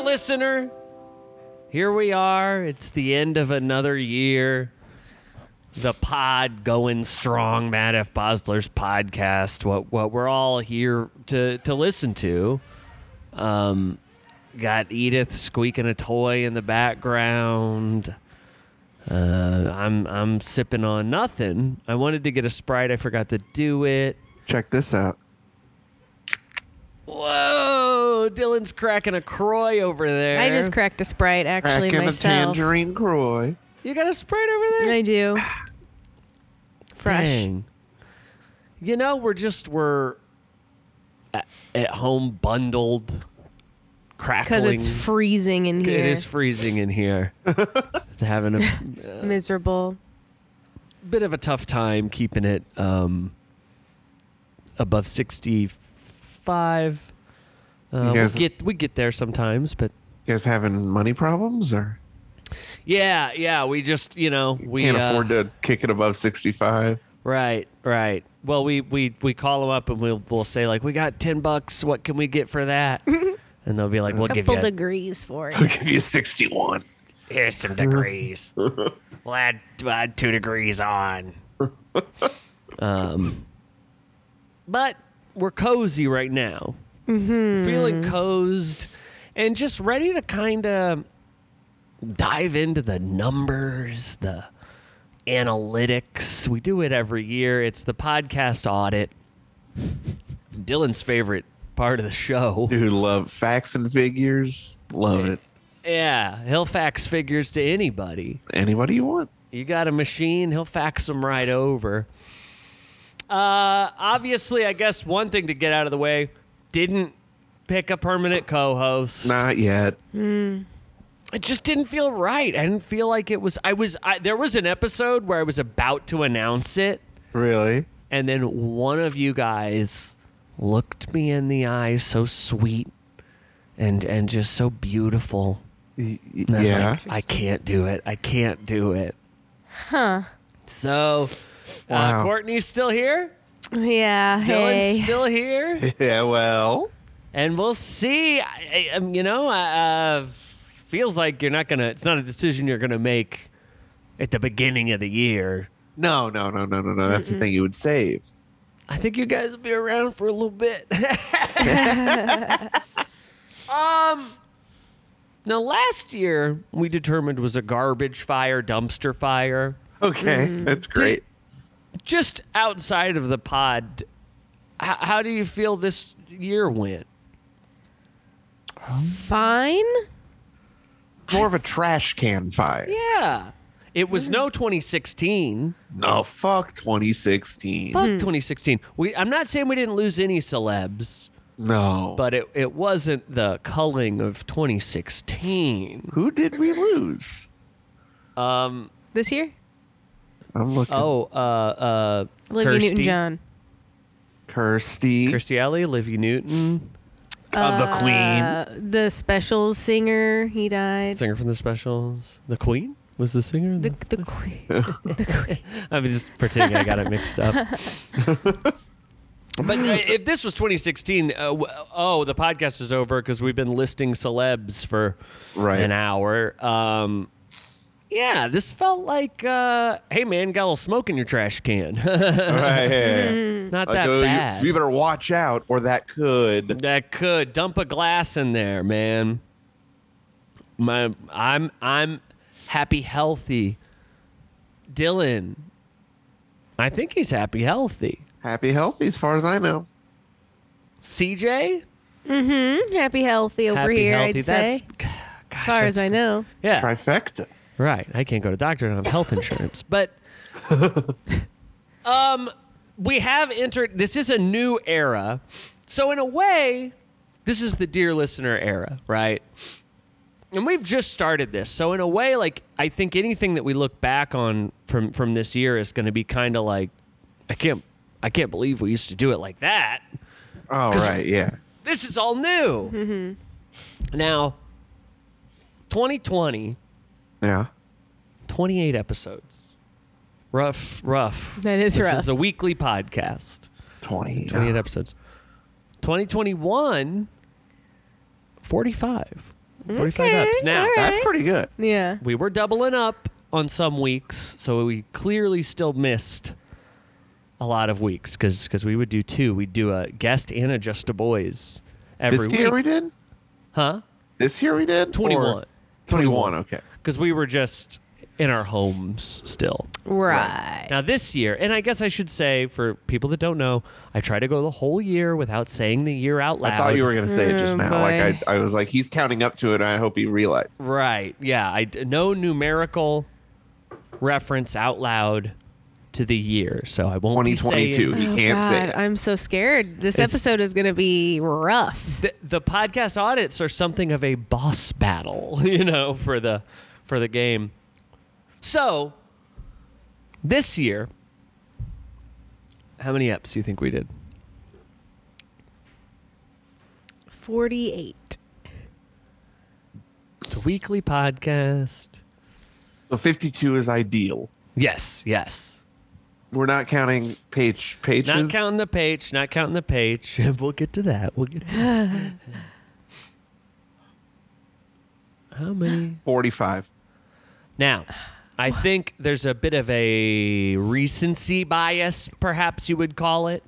listener, here we are. It's the end of another year. The pod going strong, Matt F. Bosler's podcast. What what we're all here to to listen to. Um, got Edith squeaking a toy in the background. Uh, I'm I'm sipping on nothing. I wanted to get a sprite. I forgot to do it. Check this out. Whoa, Dylan's cracking a croy over there. I just cracked a sprite actually Cracking a myself. tangerine croy. you got a sprite over there. I do. Fresh. Dang. You know, we're just we're a- at home bundled, crackling. Because it's freezing in here. It is uh, freezing in here. having a miserable. bit of a tough time keeping it um, above 65. Uh, guys- we get we get there sometimes, but You guys having money problems or yeah, yeah, we just you know we can't uh, afford to kick it above 65? Right, right. Well, we we we call them up and we'll we'll say like we got ten bucks. What can we get for that? and they'll be like, we'll give Couple you degrees for I'll it. give you 61. here's some degrees. we'll add, add two degrees on. um, but we're cozy right now. Feeling cozed and just ready to kind of dive into the numbers, the analytics. We do it every year. It's the podcast audit. Dylan's favorite part of the show. Dude, love facts and figures. Love it. Yeah, he'll fax figures to anybody. Anybody you want. You got a machine, he'll fax them right over. Uh, obviously, I guess one thing to get out of the way didn't pick a permanent co host. Not yet. It just didn't feel right. I didn't feel like it was. I was. I, there was an episode where I was about to announce it, Really? and then one of you guys looked me in the eye so sweet and, and just so beautiful. Y- y- And I was yeah. like, I can't do it. I can't do it. Huh. So, uh, Wow. Courtney's still here. Yeah. Dylan's Hey. still here, yeah, well. and we'll see. I, I, um, you know, uh, feels like you're not gonna. It's not a decision you're gonna make at the beginning of the year. No, no, no, no, no, no. That's the thing you would save. I think you guys will be around for a little bit. um. Now, last year we determined was a garbage fire, dumpster fire. Okay. That's great. Just outside of the pod, h- how do you feel this year went? Fine. More of a trash can fire. Yeah. It was no 2016. No, fuck 2016. Fuck 2016. We I'm not saying we didn't lose any celebs, No. but it, it wasn't the culling of 2016. who did we lose? Um This year? I'm looking. oh, uh uh Olivia Kirsty- Newton John. Kirsty. Kirstie Alley, Olivia Newton, of the Queen. Uh, the special singer, he died. singer from the specials. The Queen was the singer. in The, The, the queen. the queen. I'm just pretending I got it mixed up. But uh, if this was 2016, uh, w- oh, the podcast is over because we've been listing celebs for Right. an hour. Um, yeah, this felt like, uh, hey man, got a little smoke in your trash can. Right. Mm, Not Like, that oh, you- bad. You, better watch out, or that could. that could dump a glass in there, man. My, I'm, I'm happy, healthy. Dylan, I think he's happy, healthy. Happy, healthy, as far as I know. CJ, Mm, Happy, healthy over happy, here, healthy. I'd that's, say. gosh, As far as I know. Uh, yeah, Trifecta. Right. I can't go to the doctor and I have health insurance. But um we have entered this is a new era. So in a way, this is the dear listener era, right? And we've just started this. So in a way, like I think anything that we look back on from from this year is gonna be kinda like I can't I can't believe we used to do it like that Oh, right. Yeah. this is all new. Mm-hmm. Now, 2020, Yeah. 28 episodes. Rough, rough. That is this rough. is a weekly podcast. 20. 28 uh, episodes. 2021, 45. 45 Okay, ups. Now, all right. That's pretty good. Yeah. we were doubling up on some weeks, so we clearly still missed a lot of weeks because we would do two. We'd do a guest and a just a boys every This week. year we did? huh? This year we did? 21. Or- 21, okay. Because we were just in our homes still. Right. Now, this year, and I guess I should say for people that don't know, I try to go the whole year without saying the year out loud. I thought you were going to say it just Oh, now. boy. Like I, I was like, he's counting up to it. And I hope he realized. Right. Yeah. I d- no numerical reference out loud to the year, so I won't. be saying- 2022. He Oh, can't say God, it. I'm so scared. This It's- episode is going to be rough. the, the podcast audits are something of a boss battle, you know, for the for the game. So this year, how many eps do you think we did? 48. It's a weekly podcast. So 52 is ideal. Yes, yes. We're not counting page pages. Not counting the page, not counting the page. we'll get to that. We'll get to that. how many 45. Now, I think there's a bit of a recency bias, perhaps you would call it,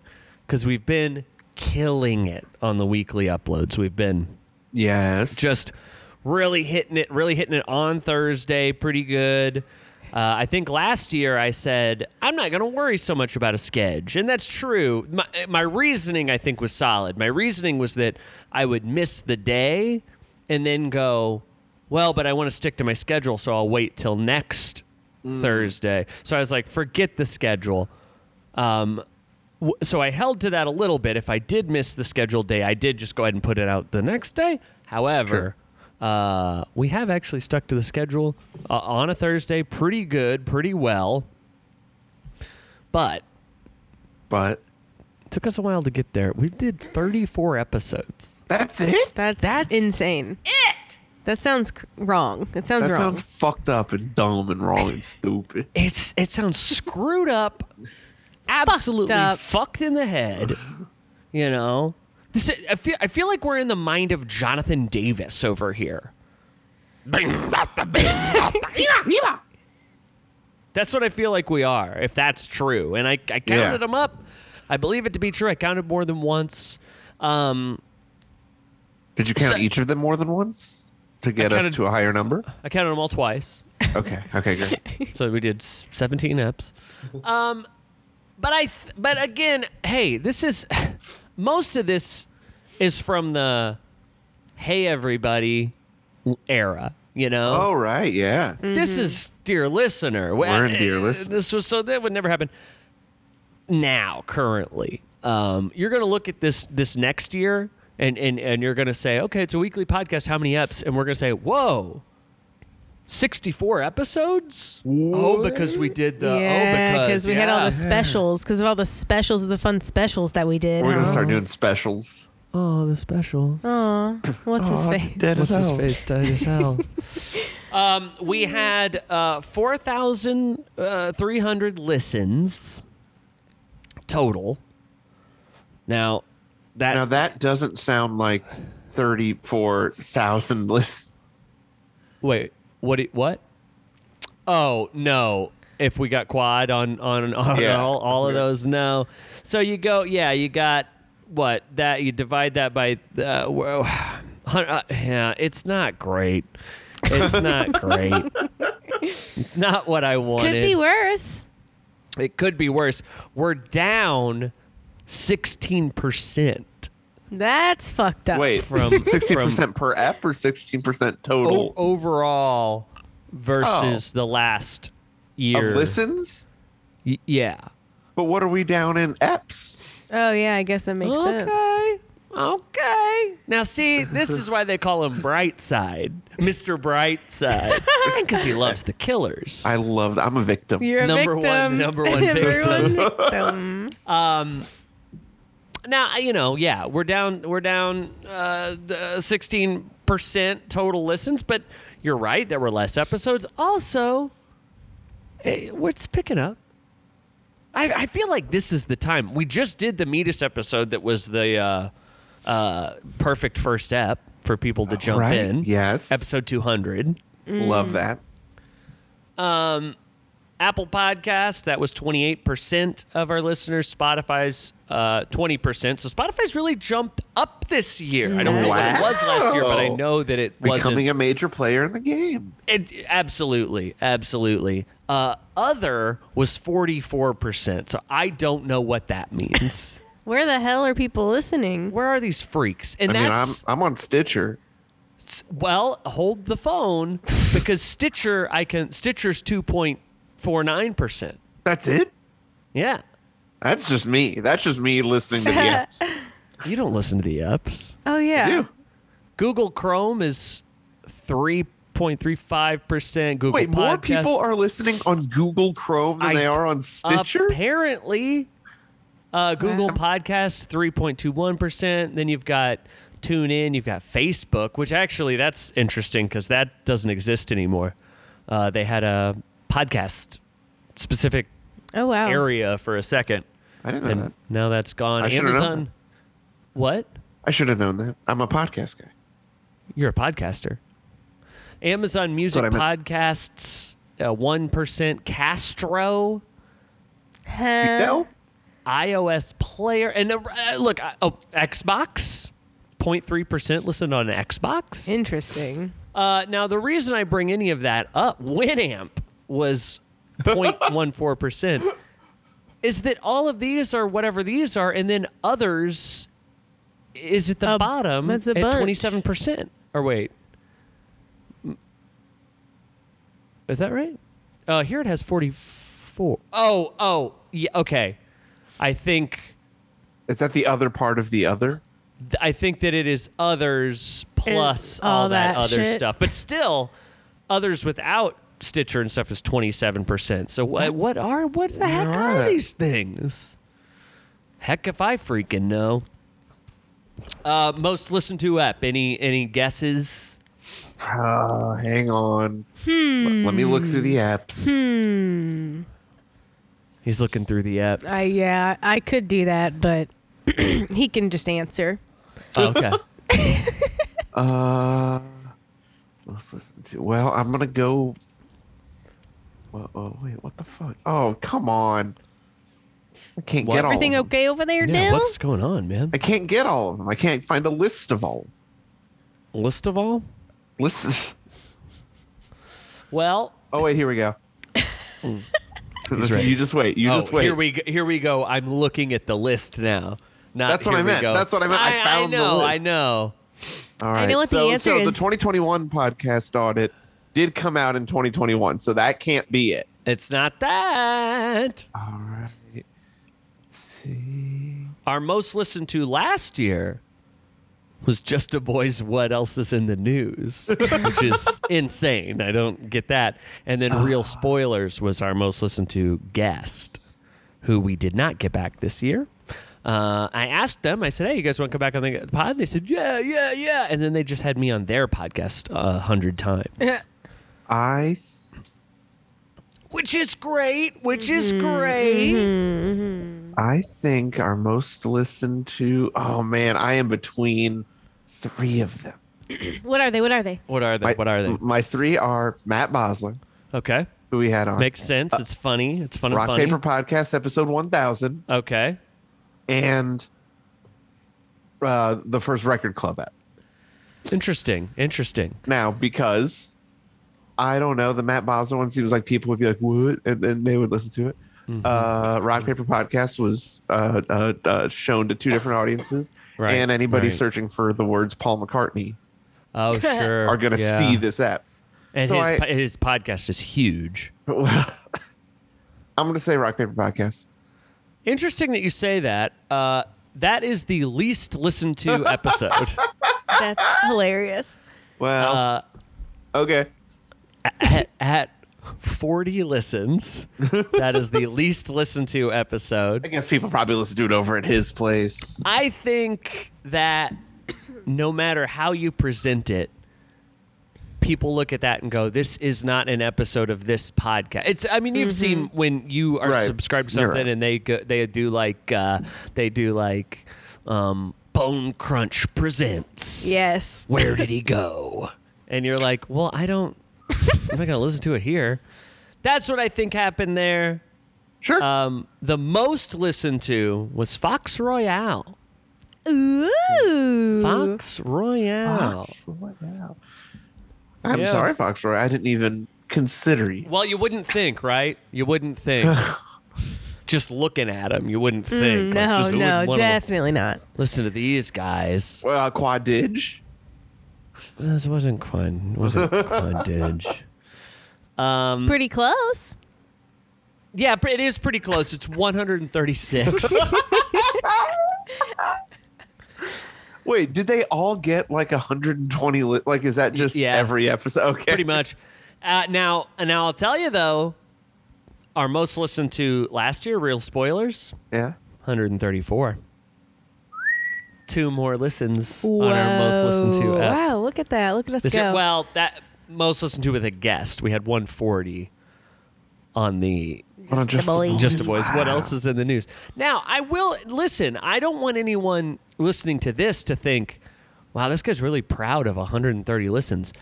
because we've been killing it on the weekly uploads. We've been Yes. just really hitting it, really hitting it on Thursday pretty good. Uh, I think last year I said I'm not going to worry so much about a sketch, and that's true. My, my reasoning I think was solid. My reasoning was that I would miss the day and then go, well, but I want to stick to my schedule, so I'll wait till next Thursday. So I was like, forget the schedule. Um, w- so I held to that a little bit. If I did miss the scheduled day, I did just go ahead and put it out the next day. However, uh, we have actually stuck to the schedule uh, on a Thursday pretty good, pretty well. But But it took us a while to get there. We did 34 episodes. that's it? That's, That's insane. It. That sounds cr- wrong. It sounds That wrong. sounds fucked up and dumb and wrong and stupid. It's it sounds screwed up, absolutely up. fucked in the head. You know, this I feel I feel like we're in the mind of Jonathan Davis over here. That's what I feel like we are, if that's true. And I, I counted Yeah. them up. I believe it to be true. I counted more than once. Um, Did you count So- each of them more than once to get counted- us to a higher number? I counted them all twice. Okay. Okay, great. so we did s- 17 eps. Um, but I, th- but again, hey, this is most of this is from the "Hey everybody" era, you know. All right. Yeah. Mm-hmm. This is dear listener. eh, We're in dear listener. This was so that would never happen. Now, currently, um, you're going to look at this this next year, and and and you're going to say, okay, it's a weekly podcast. How many eps? And we're going to say, whoa. 64 episodes? Oh, because we did uh, the yeah, oh because because we had all yeah. the specials, because of all the specials, the fun specials that we did. Oh, We're going to start doing specials. Oh, the special. Aw, what's his Oh, it's face? dead as What's his hell. face died as hell? um, we had uh, 4,300 listens total. Now, that, Now that doesn't sound like thirty-four thousand listens. wait, what? do- What? Oh, no. If we got quad on on, on Yeah. all, all of those, no. So you go, yeah, you got what that you divide that by uh, whoa, hun- uh, yeah, it's not great. It's not great. it's not what I wanted. Could be worse. It could be worse. We're down 16% That's fucked up. Wait, From- Oh, from sixteen percent per app or sixteen percent o- total overall versus the last Oh. of year. listens? Y- yeah. But what are we down in eps? Oh yeah, I guess that makes sense. Okay. Okay. Now, see, this is why they call him Brightside, Mr. Brightside, because he loves the killers. I love that. I'm a victim. You're a Number one- victim. number one Everyone victim. Um, now you know, yeah, we're down, we're down sixteen percent total listens, but you're right, there were less episodes. Also, eh, it's picking up. I, I feel like this is the time. We just did the Metis episode that was the uh, uh, perfect first step. for people to jump right. in. Yes. Episode 200. Love that. Apple Podcast, that was 28% of our listeners. Spotify's uh, 20%. So Spotify's really jumped up this year. I don't know what it was last year, but I Wow. know that it wasn't. Becoming a major player in the game. It, absolutely, absolutely. Uh, other was forty four percent. So I don't know what that means. Where the hell are people listening? Where are these freaks? And I mean, I'm that's I'm on Stitcher. well, hold the phone because Stitcher, I can Stitcher's two point four nine percent. That's it. Yeah, That's just me. That's just me listening to the apps. you don't listen to the apps. Oh yeah. Ew. Google Chrome is three point three five percent. Google Wait, more Podcast- people are listening on Google Chrome than I- they are on Stitcher. Apparently, uh, Google Podcasts three point two one percent. Then you've got TuneIn. You've got Facebook, which actually that's interesting because that doesn't exist anymore. Uh, they had a podcast specific Oh wow. area for a second, I didn't know and that. now that's gone. Uh-huh. I should've known Amazon. What? I should have known that. I'm a podcast guy. You're a podcaster. Amazon Music what I meant. Podcasts, uh, one percent. Castro. Huh. no, iOS player. And uh, uh, look, I- oh, Xbox, 0.3% listened on Xbox. Interesting. Uh, now, the reason I bring any of that up, Winamp was 0.14%, is that all of these are whatever these are, and then others is at the A- bottom that's a at bunch. 27%. Or wait. Is that right? Uh, here it has 44. Oh, oh, yeah, okay. I think is that the other part of the other? th- I think that it is others plus And all, all that, that other shit. stuff. But still, others without Stitcher and stuff is twenty seven percent. So what? That's- What are what the heck are are that? these things? Heck if I freaking know. Uh, most listened to app. Any any guesses? Oh, hang on. Let- Let, me look through the apps. He's looking through the apps. I yeah, I could do that, but he can just answer. Oh, okay. Uh, let's listen to. Well, I'm gonna go. Well, oh wait, what the fuck? Oh, come on! I can't What? get all. of Everything them. okay over there, yeah, Dill? what's going on, man? I can't get all of them. I can't find a list of all. List of all. List. Well, Oh wait, here we go. ready. you just wait. You oh, just wait. here we go, here we go. I'm looking at the list now. Not That's what here I we meant. go. That's what I meant. I found the know. I list. know. All I know what the so, answer so the is. 2021 podcast audit did come out in 2021, so that can't be it. It's not that. All right. Let's see. Our most listened to last year was Just a Boy's What Else Is in the News, which is insane. I don't get that. And then Real Spoilers was our most listened to guest, who we did not get back this year. Uh, I asked them, I said, hey, you guys want to come back on the pod? They said, yeah, yeah, yeah. And then they just had me on their podcast a hundred times. I which is great, which is great. I think our most listened to. Oh man, I am between three of them. What are they? What are they? What are they? My, what are they? m- My three are Matt Bosler, Okay. who we had on Makes sense. it's funny. It's fun Rock and funny. Paper Podcast episode 1000, Okay. and uh, the first Record Club app. Interesting. Interesting. now because I don't know the Matt Bosler one seems like people would be like what and then they would listen to it. Mm-hmm. Uh, Rock Paper Podcast was uh, uh, uh, shown to two different audiences, Right, and anybody right. searching for the words Paul McCartney Oh, sure. are going to Yeah. see this app. And So his, I- po- his podcast is huge. I'm going to say Rock Paper Podcast. Interesting that you say that. Uh, that is the least listened to episode. That's hilarious. Well, Uh, okay, at, at 40 listens, that is the least listened to episode. I guess people probably listen to it over at his place. I think that no matter how you present it, people look at that and go, "This is not an episode of this podcast." It's. I mean, you've seen when you are Mm-hmm. Right. subscribed to You're something right. and they go, they do like uh, they do like. Um, Bone Crunch presents. Yes. Where did he go? And you're like, well, I don't. I'm not gonna listen to it here. That's what I think happened there. Sure. Um, the most listened to was Fox Royale. Ooh. Fox Royale. Fox Royale. I'm Oh. Yeah. sorry, Fox Roy. I didn't even consider you. Well, you wouldn't think, right? You wouldn't think. Just looking at him, you wouldn't think. Like, Mm, No, just no, wouldn't wanna definitely not. Listen to these guys. Well, Quadidge. This wasn't Quinn. Wasn't Quindage. Um, Pretty close. yeah, pr- it is pretty close. It's 136. Wait, did they all get like 120? Li- like, is that just Yeah. every episode? Okay. pretty much. Uh, now, and now I'll tell you though, our most listened to last year, real spoilers, Yeah. 134. Two more listens on our most listened to. Whoa. app. wow, look at that. Look at us This is- go. well, that most listened to with a guest. We had 140 on the Well, just the boys. Just a voice. What else is in the news? Now, I will listen. I don't want anyone listening to this to think, "Wow, this guy's really proud of 130 listens."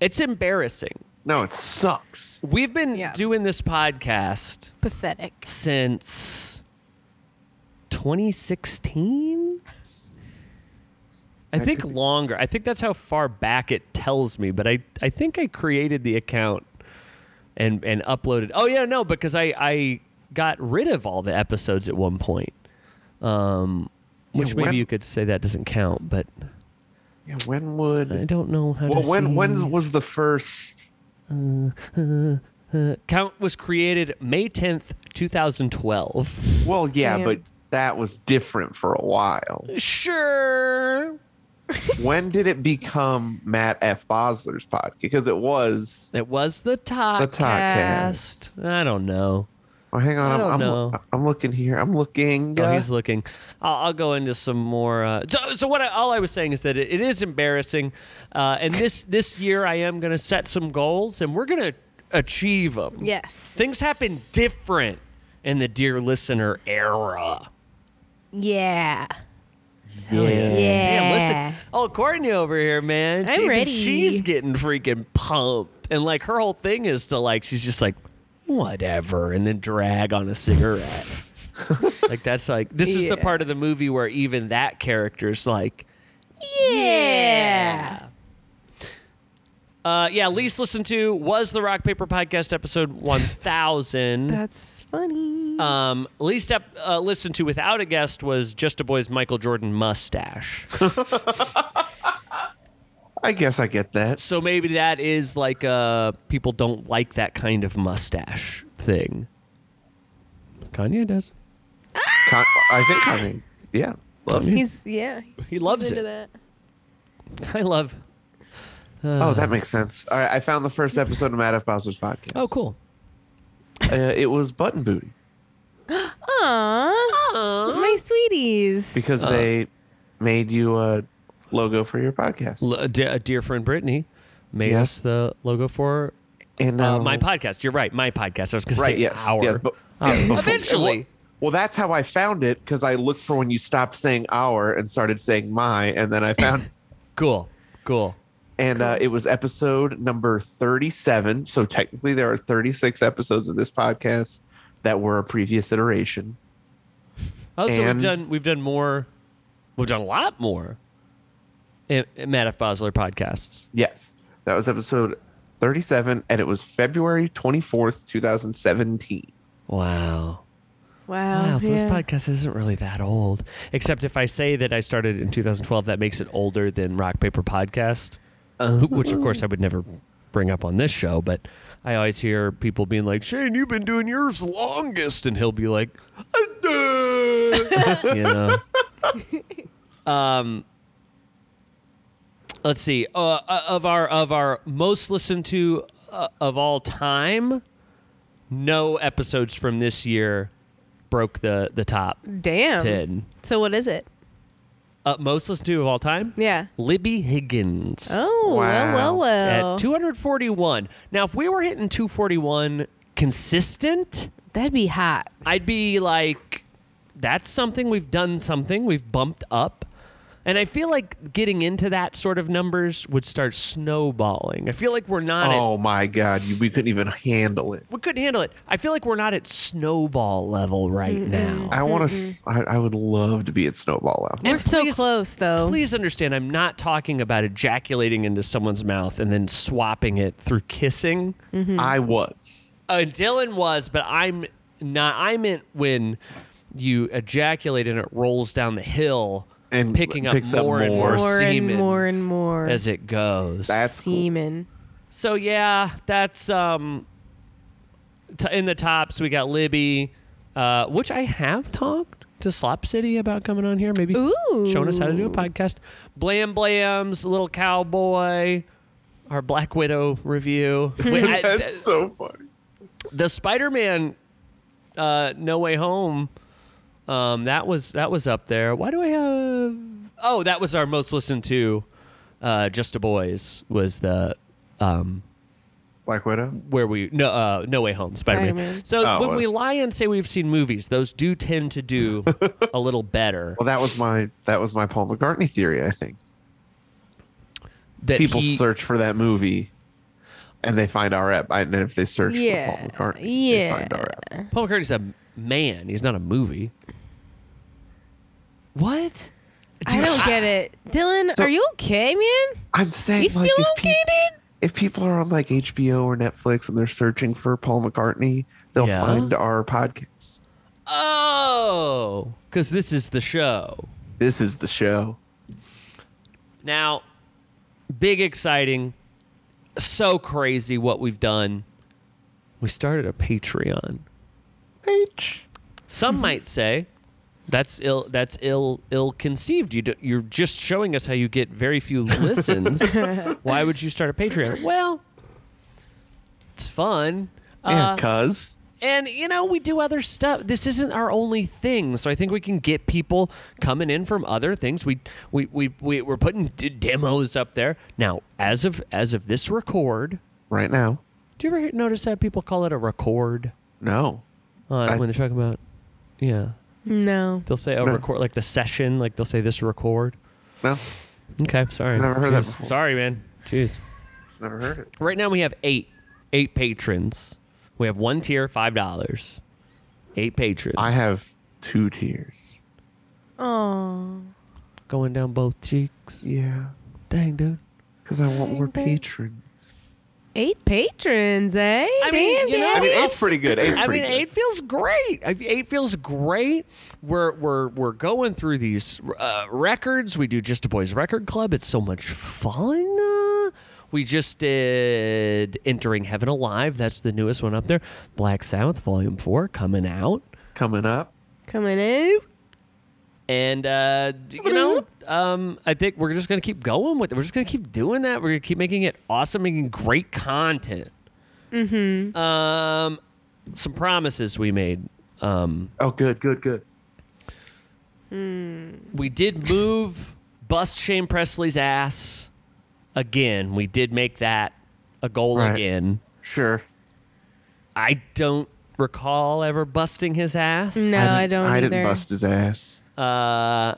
It's embarrassing. No, it sucks. We've been Yeah. doing this podcast Pathetic. since 2016. I think longer. I think that's how far back it tells me, but I, I think I created the account and and uploaded. Oh yeah, no, because I I got rid of all the episodes at one point. Um which Yeah, maybe when- you could say that doesn't count, but Yeah, when would? I don't know how well, to when see. when was the first? count was created May 10th, 2012. Well, yeah, Damn. but that was different for a while. Sure. when did it become Matt F. Bosler's podcast? Because it was. It was the top. The Toddcast. cast. I don't know. Oh, hang on, I I'm, don't I'm, know. I'm looking here. I'm looking. Oh, uh, he's looking. I'll, I'll go into some more. Uh, so, so what? I, all I was saying is that it, it is embarrassing, uh, and this this year I am going to set some goals, and we're going to achieve them. Yes. Things happen different in the dear listener era. Yeah. yeah. Oh, Yeah. Damn, listen. Oh, Courtney over here, man. I'm even ready. She's getting freaking pumped. And like her whole thing is to like, she's just like, whatever, and then drag on a cigarette. like that's like this is the Yeah. part of the movie where even that character's like, Yeah. uh yeah, least listened to was the Rock Paper Podcast episode one thousand. That's funny. Um, least ep- uh, listened to without a guest was Just a Boy's Michael Jordan mustache. I guess I get that. So maybe that is like uh people don't like that kind of mustache thing. Kanye does. Con- I think I mean, yeah. Love you. He's yeah. He loves into it. that. I love. oh, that makes sense. All right, I found the first episode of Matt F. Bowser's podcast. Oh, cool. Uh, it was Button Booty Aw. My sweeties. because Uh. they made you a logo for your podcast. L- a de- a dear friend Brittany made Yes. us the logo for and uh, um, my podcast. You're right, my podcast. I was going to right? say Yes. our. yes, but- Um, yeah, before- eventually. Well, well, that's how I found it because I looked for when you stopped saying our and started saying my, and then I found. it. cool, cool. And uh, it was episode number 37. So technically, there are 36 episodes of this podcast that were a previous iteration. Oh, so we've And- done we've done more. We've done a lot more. In, in Matt F. Bosler podcasts. Yes. That was episode 37, and it was February 24th, 2017. Wow. Wow. Wow, so this yeah. podcast isn't really that old. Except if I say that I started in 2012, that makes it older than Rock Paper Podcast, who- which of course I would never bring up on this show. But I always hear people being like, "Shane, you've been doing yours longest," and he'll be like, "You know." um, let's see. Uh, uh, of our of our most listened to uh, of all time, no episodes from this year broke the the top Damn. ten. So what is it? Uh, most listened to of all time, Yeah. Libby Higgins. Oh Wow. well well well. At 241. Now, if we were hitting 241 consistent, That'd be hot. I'd be like, that's something. We've done something. We've bumped up. And I feel like getting into that sort of numbers would start snowballing. I feel like we're not at Oh my god, you, we couldn't even handle it. we couldn't handle it. I feel like we're not at snowball level right now. I Mm-hmm. want to. I, I would love to be at Snowball Lounge. We're so please- close, Oh. though. Please understand, I'm not talking about ejaculating into someone's mouth and then swapping it through kissing. Mm-hmm. I was. Uh, Dylan was, but I'm not. I meant when you ejaculate and it rolls down the hill And picking up picks up more, and more, more. more and semen more and more as it goes. That's cool. semen. So yeah, that's um t- in the tops. We got Libby, uh, which I have talked to Slop City about coming on here, maybe Ooh. showing us how to do a podcast. Blam Blams, Little Cowboy, our Black Widow review. Wait, I- That's so funny. the Spider Man, uh, No Way Home. Um, that was that was up there. Why do I have? Oh, that was our most listened to. Uh, Just a Boys was the um, Black Widow. where we no uh, no way home Spider Man. Spider-Man. So Oh, when we I see. lie and say we've seen movies, those do tend to do a little better. Well, that was my that was my Paul McCartney theory. I think That people he- search for that movie, and they find our app. And if they search Yeah, for Paul McCartney, yeah. they find our app. Paul McCartney's a man. He's not a movie. What? I don't get it, Dylan. So- are you okay, man? I'm saying You like feel if, okay, peop- dude? if people are on like HBO or Netflix and they're searching for Paul McCartney, they'll Yeah. find our podcast. Oh, because this is the show. This is the show. Now, big exciting, so crazy what we've done. We started a Patreon. H. Some might say that's ill. That's ill. Ill conceived. You do, you're just showing us how you get very few listens. Why would you start a Patreon? Well, it's fun. Yeah, Uh, cuz. and you know we do other stuff. This isn't our only thing, so I think we can get people coming in from other things. We we we, we we're putting d- demos up there now. As of as of this record, Right now. do you ever hear- notice that people call it a record No. on I- when they're talking about? Yeah, No. They'll say, "Oh, No. record like the session." Like they'll say, "This record." No. Okay, sorry. Never heard that Jeez. before. Sorry, man. Jeez. Just never heard it. Right now we have eight, eight patrons. We have one tier, five dollars. Eight patrons. I have two tears. Oh. going down both cheeks. Yeah. Dang, dude. Cuz I want more Dang, dang. patrons. Eight patrons, eh? I Damn, mean, you know- I mean, Yes. eight's pretty good. Eight's I pretty mean, good. eight feels great. I- Eight feels great. We're we're we're going through these uh, records. We do just a boys record club. It's so much fun. Uh, We just did entering heaven alive. That's the newest one up there. Black South Volume Four coming out, Coming up. coming out. and uh, you know, um, I think we're just gonna keep going with it. We're just gonna keep doing that. We're gonna keep making it awesome, making great content. Mm-hmm. Um, some promises we made. Um, Oh, good, good, good. we did move bust Shane Presley's ass again. We did make that a goal Right. again. Sure. I don't recall ever busting his ass. No, I, didn't- don't I either. didn't bust his ass. Uh,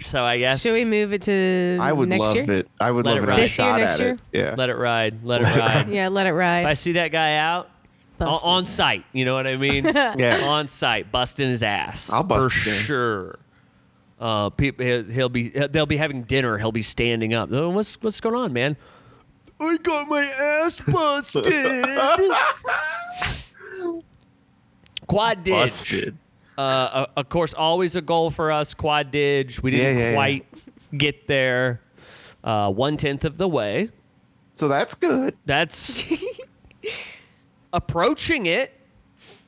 so I guess Should we move it to I would next love year? it. I would Let it love it. if ride. I This year, shot next at year? it. Yeah. let it ride? Let it ride. Yeah, let it If I ride. see that guy out o- Bust on his- site, you know what I mean? Yeah. on site, busting his ass. I'll bust for his ass. sure. Uh, people, he'll be they'll be having dinner. He'll be standing up. "Oh, What's what's going on, man? I got my ass busted. Quad dig. Busted. Uh, uh, of course, always a goal for us. Quad dig. We didn't Yeah, yeah, yeah. quite get there. Uh, One tenth of the way. So that's good. That's approaching it.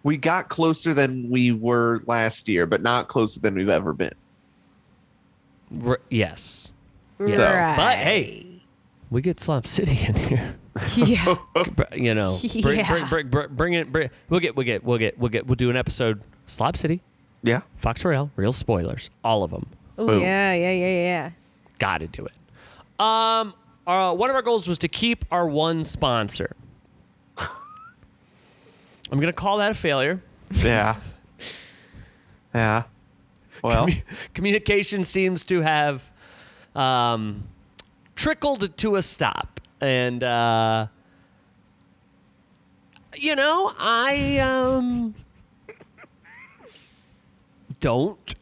We got closer than we were last year, but not closer than we've ever been. R- yes. So- Right. But hey, we get Slop City in here. yeah. Oh. Br- You know, bring, bring, Yeah. bring, bring, bring it. Bring, we'll get, we'll get, we'll get, we'll get. We'll do an episode. Slop City, Yeah. Fox Royale, real spoilers, all of them. Oh Boom. yeah, yeah, yeah, yeah. Got to do it. Um, uh, one of our goals was to keep our one sponsor. I'm gonna call that a failure. Yeah. Yeah. Well, communication seems to have um, trickled to a stop, and uh, you know, I um, don't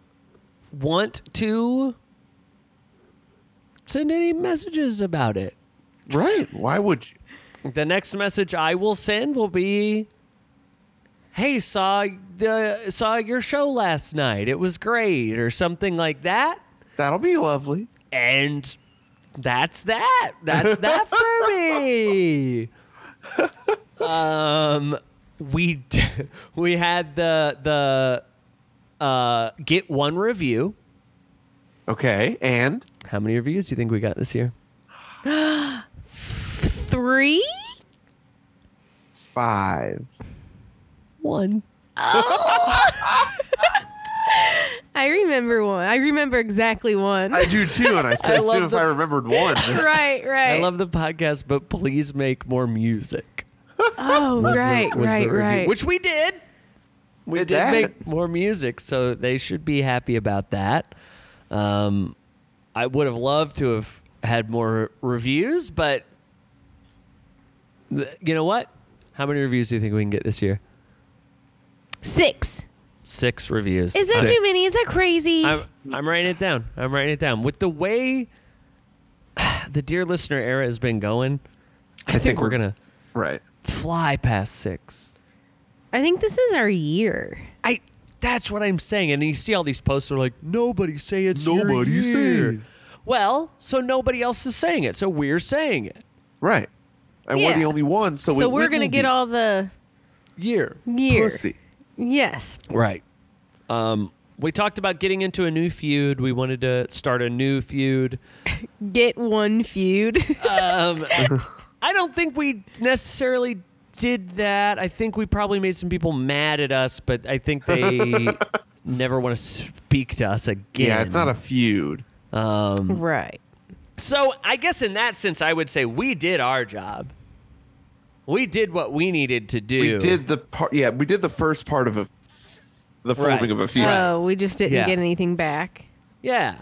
want to send any messages about it. right. Why would you? The next message I will send will be, "Hey, saw the saw your show last night. It was great," or something like that. That'll be lovely. And that's that. That's that for me. Um, we d- we had the the uh get one review. Okay. And How many reviews do you think we got this year? Three? five. One. I remember one. I remember exactly one. I do too, and I, I love assume if the- I remembered one. right, right. I love the podcast, but please make more music. oh, was the- right, was the right, review, right. Which we did. We Did did, that. make more music, so they should be happy about that. Um, I would have loved to have had more reviews, but th- you know what? How many reviews do you think we can get this year? Six. Six reviews. Is that Six. too many? Is that crazy? I'm, I'm writing it down. I'm writing it down. With the way the dear listener era has been going, I, think, we're gonna Right. fly past six. I think this is our year. I that's what I'm saying. And you see all these posts are like, nobody say it's your Nobody say year." it. Well, so nobody else is saying it, so we're saying it. Right. And we're Yeah. the only one, so, so it we're gonna wouldn't get be all the year. year. Pussy. Yes. Right. Um, we talked about getting into a new feud. We wanted to start a new feud. Get one feud. Um, I don't think we necessarily did that. I think we probably made some people mad at us, but I think they never want to speak to us again. Yeah, it's not a feud. Um, right. So I guess in that sense, I would say we did our job. We did what we needed to do. We did the part. Yeah, we did the first part of a, the Right. forming of a feud. Right. Oh, we just didn't Yeah. get anything back. Yeah.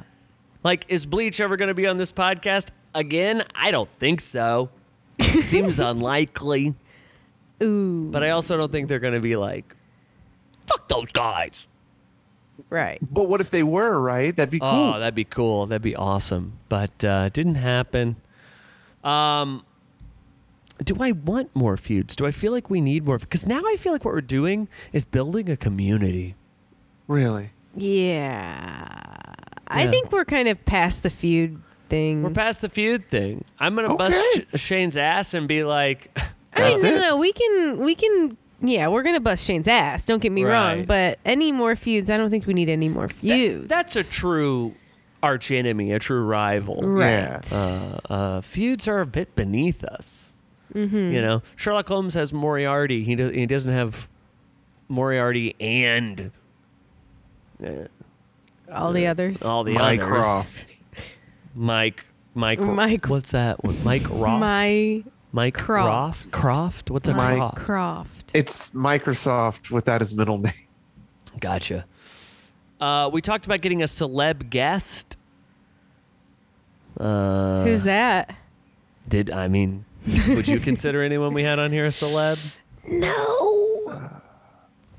Like, is Bleach ever going to be on this podcast again? I don't think so. Seems unlikely. Ooh. But I also don't think they're going to be like, fuck those guys. Right. But what if they were right? That'd be cool. Oh, that'd be cool. That'd be awesome. But uh, it didn't happen. Um, do I want more feuds? Do I feel like we need more? Because now I feel like what we're doing is building a community. really? Yeah. I Yeah. think we're kind of past the feud thing. We're past the feud thing. I'm gonna bust Mm-hmm. Okay. Sh- Shane's ass and be like, I That's mean, no, no, it. no, we can, we can. Yeah, we're gonna bust Shane's ass. Don't get me wrong, Right. but any more feuds? I don't think we need any more feuds. "That's a true arch enemy, a true Mm. rival." right. Yeah. Uh, uh, feuds are a bit beneath us. Mm-hmm. You know, Sherlock Holmes has Moriarty. He do- he doesn't have Moriarty and All the others. all the Mycroft. others. Mike. Mike. Mike- What's that one? Mike Roft. My Mike Croft. Croft. Croft. What's a Mike Croft? Croft. It's Microsoft without his middle name. Gotcha. Uh, we talked about getting a celeb guest. Uh, Who's that? Did I mean? would you consider anyone we had on here a celeb? No.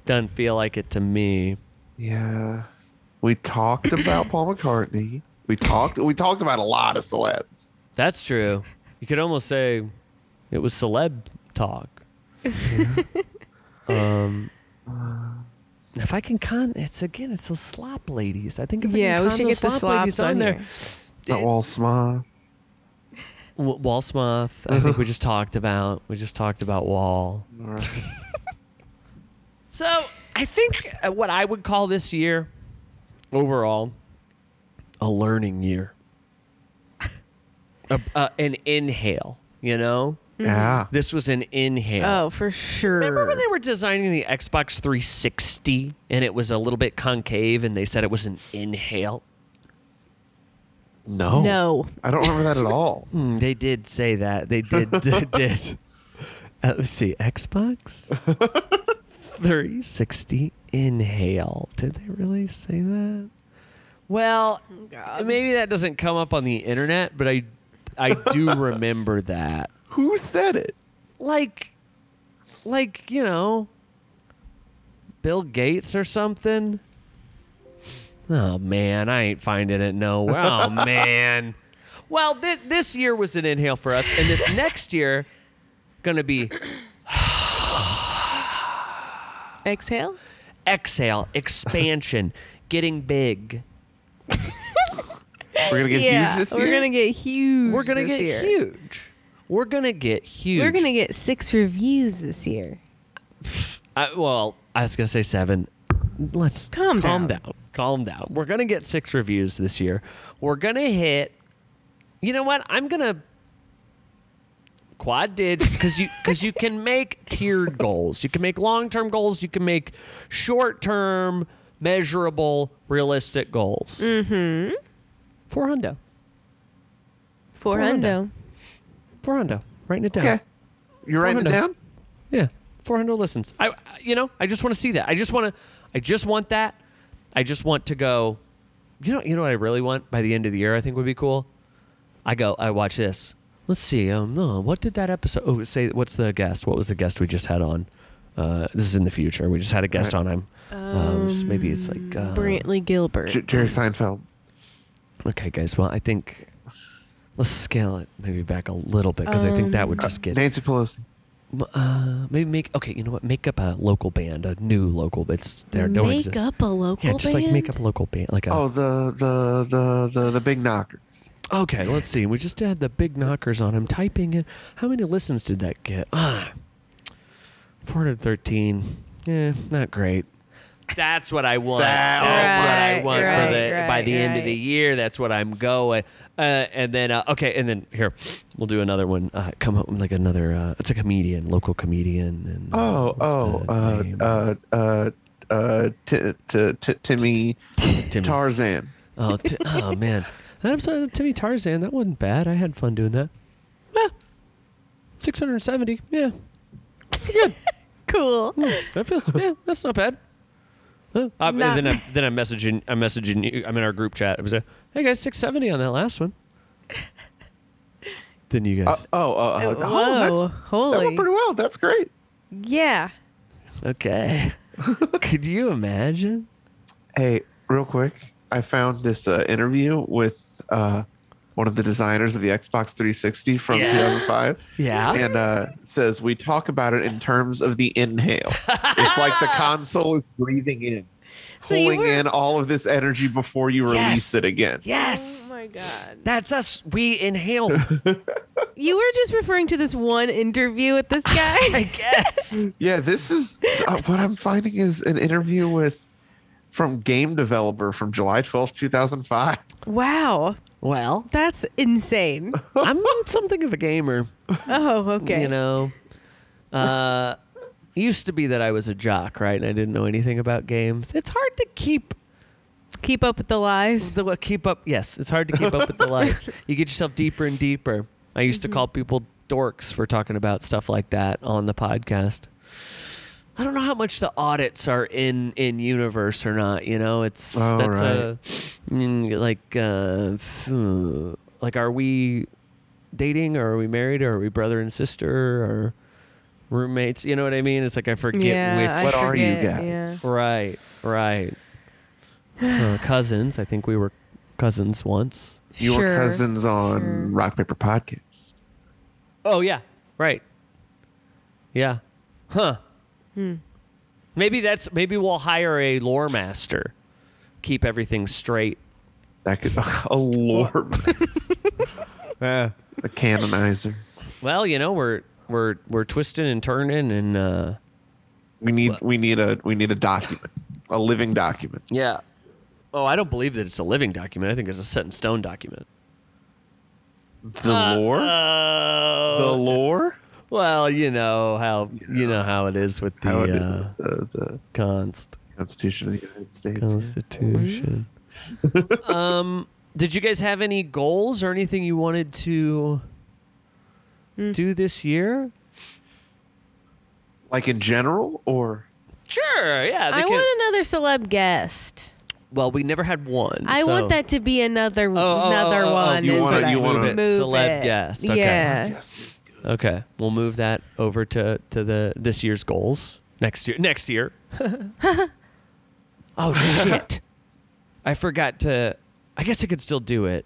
Doesn't feel like it to me. Yeah. We talked about Paul McCartney. We talked. We talked about a lot of celebs. That's true. You could almost say it was celeb talk. um, if I can con, it's again, it's those slop ladies. I think if Yeah, I can we con should those get the slop slops ladies on on there. here. Not Wall Smith. Mm-hmm. W- Wall Smoth. I think we just talked about. We just talked about Wall. So I think uh, what I would call this year, overall, a learning year, a, uh, an inhale. You know, Yeah. this was an inhale. Oh, for sure. Remember when they were designing the Xbox 360 and it was a little bit concave and they said it was an inhale? Oh. No. No. I don't remember that at all. Hmm, they did say that. They did. did, did. Uh, let's see. Xbox 360 inhale. Did they really say that? Um, Well, God. maybe that doesn't come up on the internet, but I I do remember that. Who said it? Like like, you know, Bill Gates or something. Oh man, I ain't finding it nowhere. Oh man. Well, th- this year was an inhale for us, and this next year gonna be Exhale. exhale, expansion, getting big. We're gonna get yeah, huge this we're year. gonna get huge. We're gonna this get year. huge. We're gonna get huge. We're gonna get six reviews this year. I, well, I was gonna say seven. Let's Calm down. down. Calm down. We're gonna get six reviews this year. We're gonna hit. You know what? I'm gonna quad did because you because you can make tiered goals. You can make long term goals. You can make short term, measurable, realistic goals. Mm-hmm. Four hundo. Four Four hundo. hundo. Four hundo. Writing it down. okay. You're writing it 400. down. Yeah, 400 listens. I, you know, I just want to see that. I just want to, I just want that. I just want to go. You know, you know what I really want by the end of the year. I think would be cool. I go. I watch this. Let's see. Um, no, what did that episode? Oh, say what's the guest? What was the guest we just had on? Uh, this is in the future. We just had a guest Right. on. I'm. Um, s- maybe it's like. Um, Uh, Mm, Brantley Gilbert. J- Jerry Seinfeld. okay, guys. Well, I think. Let's scale it maybe back a little bit because I think that would just get Uh, Nancy Pelosi. M- Uh, maybe make okay. You know what? Make up a local band, a new local. It's there. Don't make exist. up a local yeah, just like make up band? a local band. Like a, Oh, the the the the the big knockers. okay. Let's see. We just had the big knockers on. I'm typing in. How many listens did that get? Ah, 413. Yeah, Eh, not great. That's what I want. That- That's what I Right, want for the right, by the right, end of the right. year. That's what I'm going. Uh, and then uh, okay, and then here we'll do another one. Uh, come up with like another. Uh, it's a comedian, local comedian. And uh, Oh what's oh the uh name? uh uh uh t- t- t- Timmy Timmy. Tarzan. Oh, t- oh man, that episode of Timmy Tarzan that wasn't bad. I had fun doing that. Well, six hundred seventy. Yeah, cool. that feels. Yeah, that's not bad. Huh. Uh, and Not- then I'm, then I'm messaging. I'm messaging. you- I'm in our group chat. I was like, "Hey guys, six seventy on that last one." then you Uh, guys. oh, uh, Whoa, uh, oh, that's- that holy. went pretty well. That's great. yeah. uh, okay. Could you imagine? Hey, real quick, I found this uh, interview with uh, one of the designers of the Xbox 360 from Yeah. 2005. Yeah. And uh, it says we talk about it in terms of the inhale. it's like the console is breathing in, So you pulling were- in all of this energy before you Yes. release it again. Yes. Oh my god. That's us. We inhale. You were just referring to this one interview with this I guy. guess. Yeah, this is uh, what I'm finding is an interview with from game developer from July 12th, 2005. wow. Well, That's insane. I'm something of a gamer. Oh, okay. You know, uh, used to be that I was a jock, right? And I didn't know anything about games. It's hard to keep Keep up with the lies. the what keep up. Yes, it's hard to keep up with the life. You get yourself deeper and deeper. I used Mm-hmm. to call people dorks for talking about stuff like that on the podcast. I don't know how much the audits are in in universe or not. You know, it's Oh, that's a mm, like uh, hmm, like are we dating or are we married or are we brother and sister or roommates? You know what I mean? It's like I forget which yeah, What I are you forget, guys? Right, right. Uh, cousins. I think we were cousins once. yeah. You were Sure. cousins on Sure. Rock Paper Podcast. Oh yeah, right. Yeah. Huh. Maybe that's maybe we'll hire a lore master. Keep everything straight. That could a lore master, Yeah. a canonizer. Well, you know we're we're we're twisting and turning and uh We need we need a we need a document, a living document. yeah. Oh, I don't believe that it's a living document. I think it's a set in stone document. The lore, the lore. well, you know how you know how it is with the How it- uh, the, the const. Constitution of the United States. Constitution. um, did you guys have any goals or anything you wanted to Hmm. do this year? Like in general, or Sure. Yeah. I want another celeb guest. Well, we never had one. I so- want that to be another oh, another oh, oh, one. you is wanna- what I- you wanna- move it, Celeb guest, okay. Yeah. Yes, it's good. Okay, we'll move that over to to the this year's goals next year. Next year. oh shit! I forgot to. I guess I could still do it.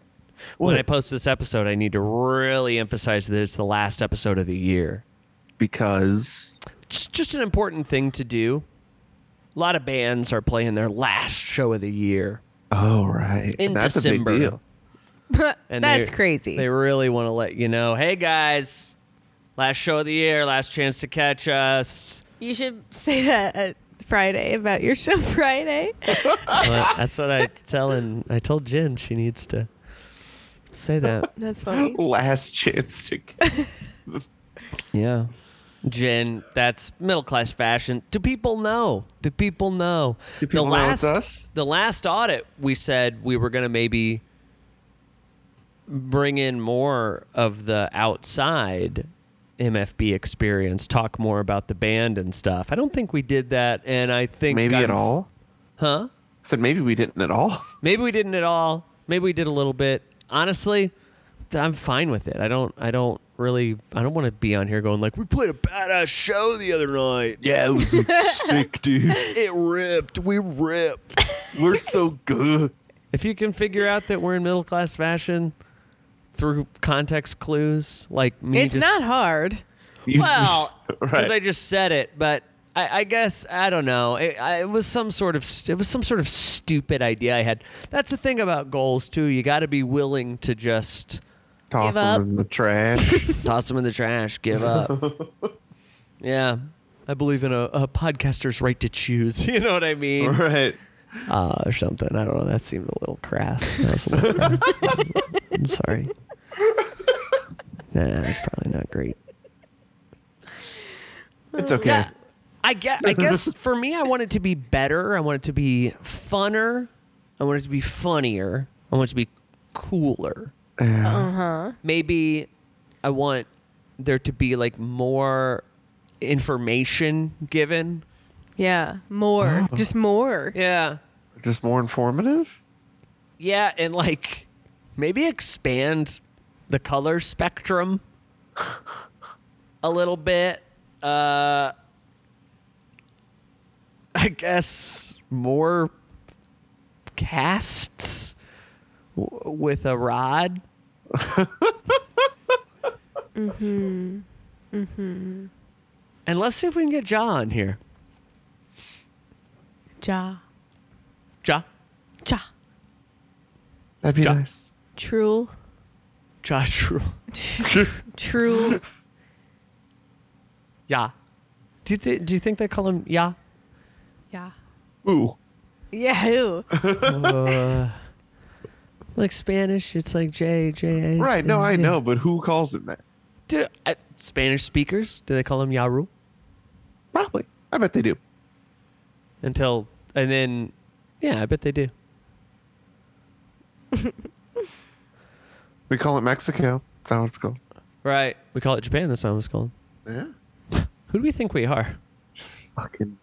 When What? I post this episode, I need to really emphasize that it's the last episode of the year. because It's just an important thing to do. A lot of bands are playing their last show of the year, oh right, In that's December. a big deal. and That's they- crazy. They really want to let you know, hey guys, last show of the year, last chance to catch us. you should say that at Friday about your show Friday. Well, that's what I tell and I told Jen she needs to say that. That's funny. Last chance to get Yeah. Jen, that's middle class fashion. Do people know? Do people know? Do people the know last it's us? the last audit we said we were gonna maybe bring in more of the outside MFB experience, talk more about the band and stuff. I don't think we did that and I think maybe I'm- at all. Huh? I said maybe we didn't at all. Maybe we didn't at all. Maybe we did a little bit. Honestly, I'm fine with it. I don't. I don't really. I don't want to be on here going like we played a badass show the other night. Yeah, it was sick, dude. It ripped. We ripped. We're so good. If you can figure out that we're in middle class fashion through context clues, like me It's just, not hard. You- Well, because right. I just said it, but I, I guess I don't know. It, I, it was some sort of st- it was some sort of stupid idea I had. That's the thing about goals too. You got to be willing to just toss Give up. them in the trash. toss them in the trash, give up. yeah. I believe in a, a podcaster's right to choose. You know what I mean? right. Uh, or something. I don't know. That seemed a little crass. That was a little crass. I'm sorry. Nah, it's probably not great. It's okay. Yeah. I guess, I guess for me, I want it to be better. I want it to be funner. I want it to be funnier. I want it to be cooler. Yeah. Uh huh. maybe I want there to be like more information given. Yeah. More. Just more. Oh. Yeah. Just more informative. Yeah, and like maybe expand the color spectrum a little bit. Uh I guess more casts w- with a rod. And let's see if we can get Ja on here. Ja. Ja, Ja. That'd be Ja- nice. True. Joshua. True. Yeah. Do you, thi- do you think they call him Yeah? Yeah. Ooh. Yeah. Ew. Oh, Like Spanish, it's like J, J, A. Right. No, I know, but who calls him that? Do, uh, Spanish speakers, do they call him Yaru? Probably. I bet they do. Until, and then, yeah, I bet they do. We call it Mexico. That's how it's called. Right. We call it Japan, that's what I was called. Yeah. Who do we think we are? Fucking.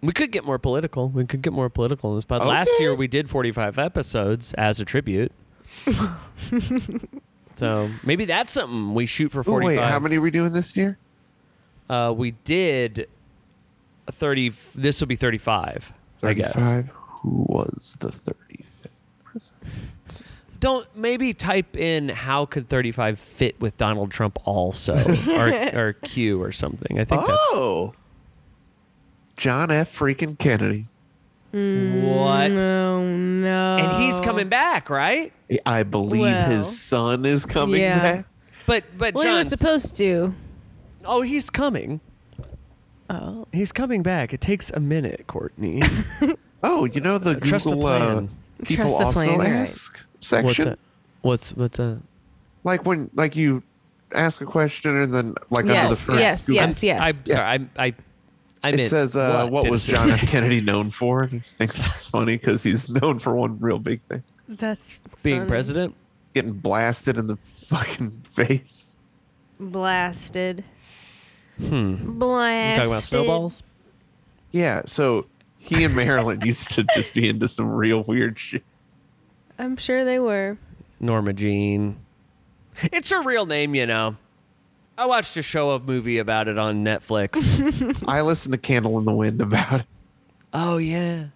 We could get more political. We could get more political in this pod. Last Okay. year we did 45 episodes as a tribute. so maybe that's something we shoot for Ooh, 45. wait, how many are we doing this year? Uh, we did a 30. This will be 35, I guess. Thirty-five. Who was the thirty-fifth? Don't maybe type in how could 35 fit with Donald Trump also or, or Q or something. I think Oh. John F. Freaking Kennedy. that's what. Oh no. And he's coming back, right? I believe Well. his son is coming Yeah. back. But but Well, he was John's- supposed to. oh, he's coming. Oh. He's coming back. It takes a minute, Courtney. Oh, you know the Trust the Google uh, plan. people Trust the also plan, right. ask what's section. that? What's what's uh? Like when like you ask a question and then like under the Yes. first Yes. Google- Yes. Yes. I'm Yeah. sorry. I'm, I I It meant says uh, what, Did it was say- John F. Kennedy known for? I think that's funny because he's known for one real big thing: That's being funny. president? getting blasted in the fucking face. Blasted. Hmm. Blasted. You talking about snowballs? Yeah, so He and Marilyn used to just be into some real weird shit. I'm sure they were. Norma Jean. It's her real name, you know. I watched a show of movie about it on Netflix. I listened to Candle in the Wind about it. oh yeah.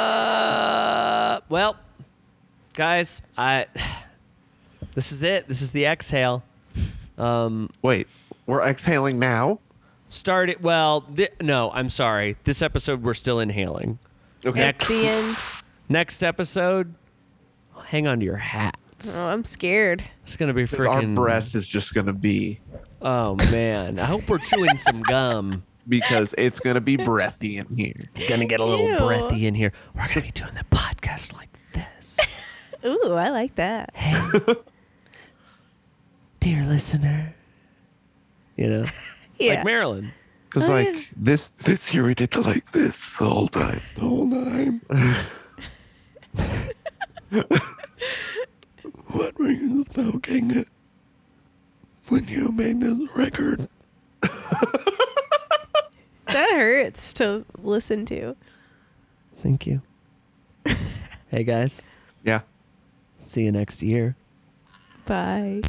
Uh well, guys, I this is it. This is the exhale. Um Wait, we're exhaling now. started well, th- no, I'm sorry. This episode we're still inhaling. Okay. Next. At the end. Next episode, hang on to your hats. Oh, I'm scared. It's gonna be 'Cause Our freaking breath is just gonna be Oh man, I hope we're chewing some gum. because it's gonna be breathy in here. Gonna get a little Ew. breathy in here. We're gonna be doing the podcast like this. Ooh, I like that. Dear listener. You know? Yeah. Like Marilyn. Because Oh, like yeah. this this year we did it like this the whole time. The whole time. what were you smoking when you made this record? that hurts to listen to. Thank you. hey guys. Yeah. See you next year. Bye.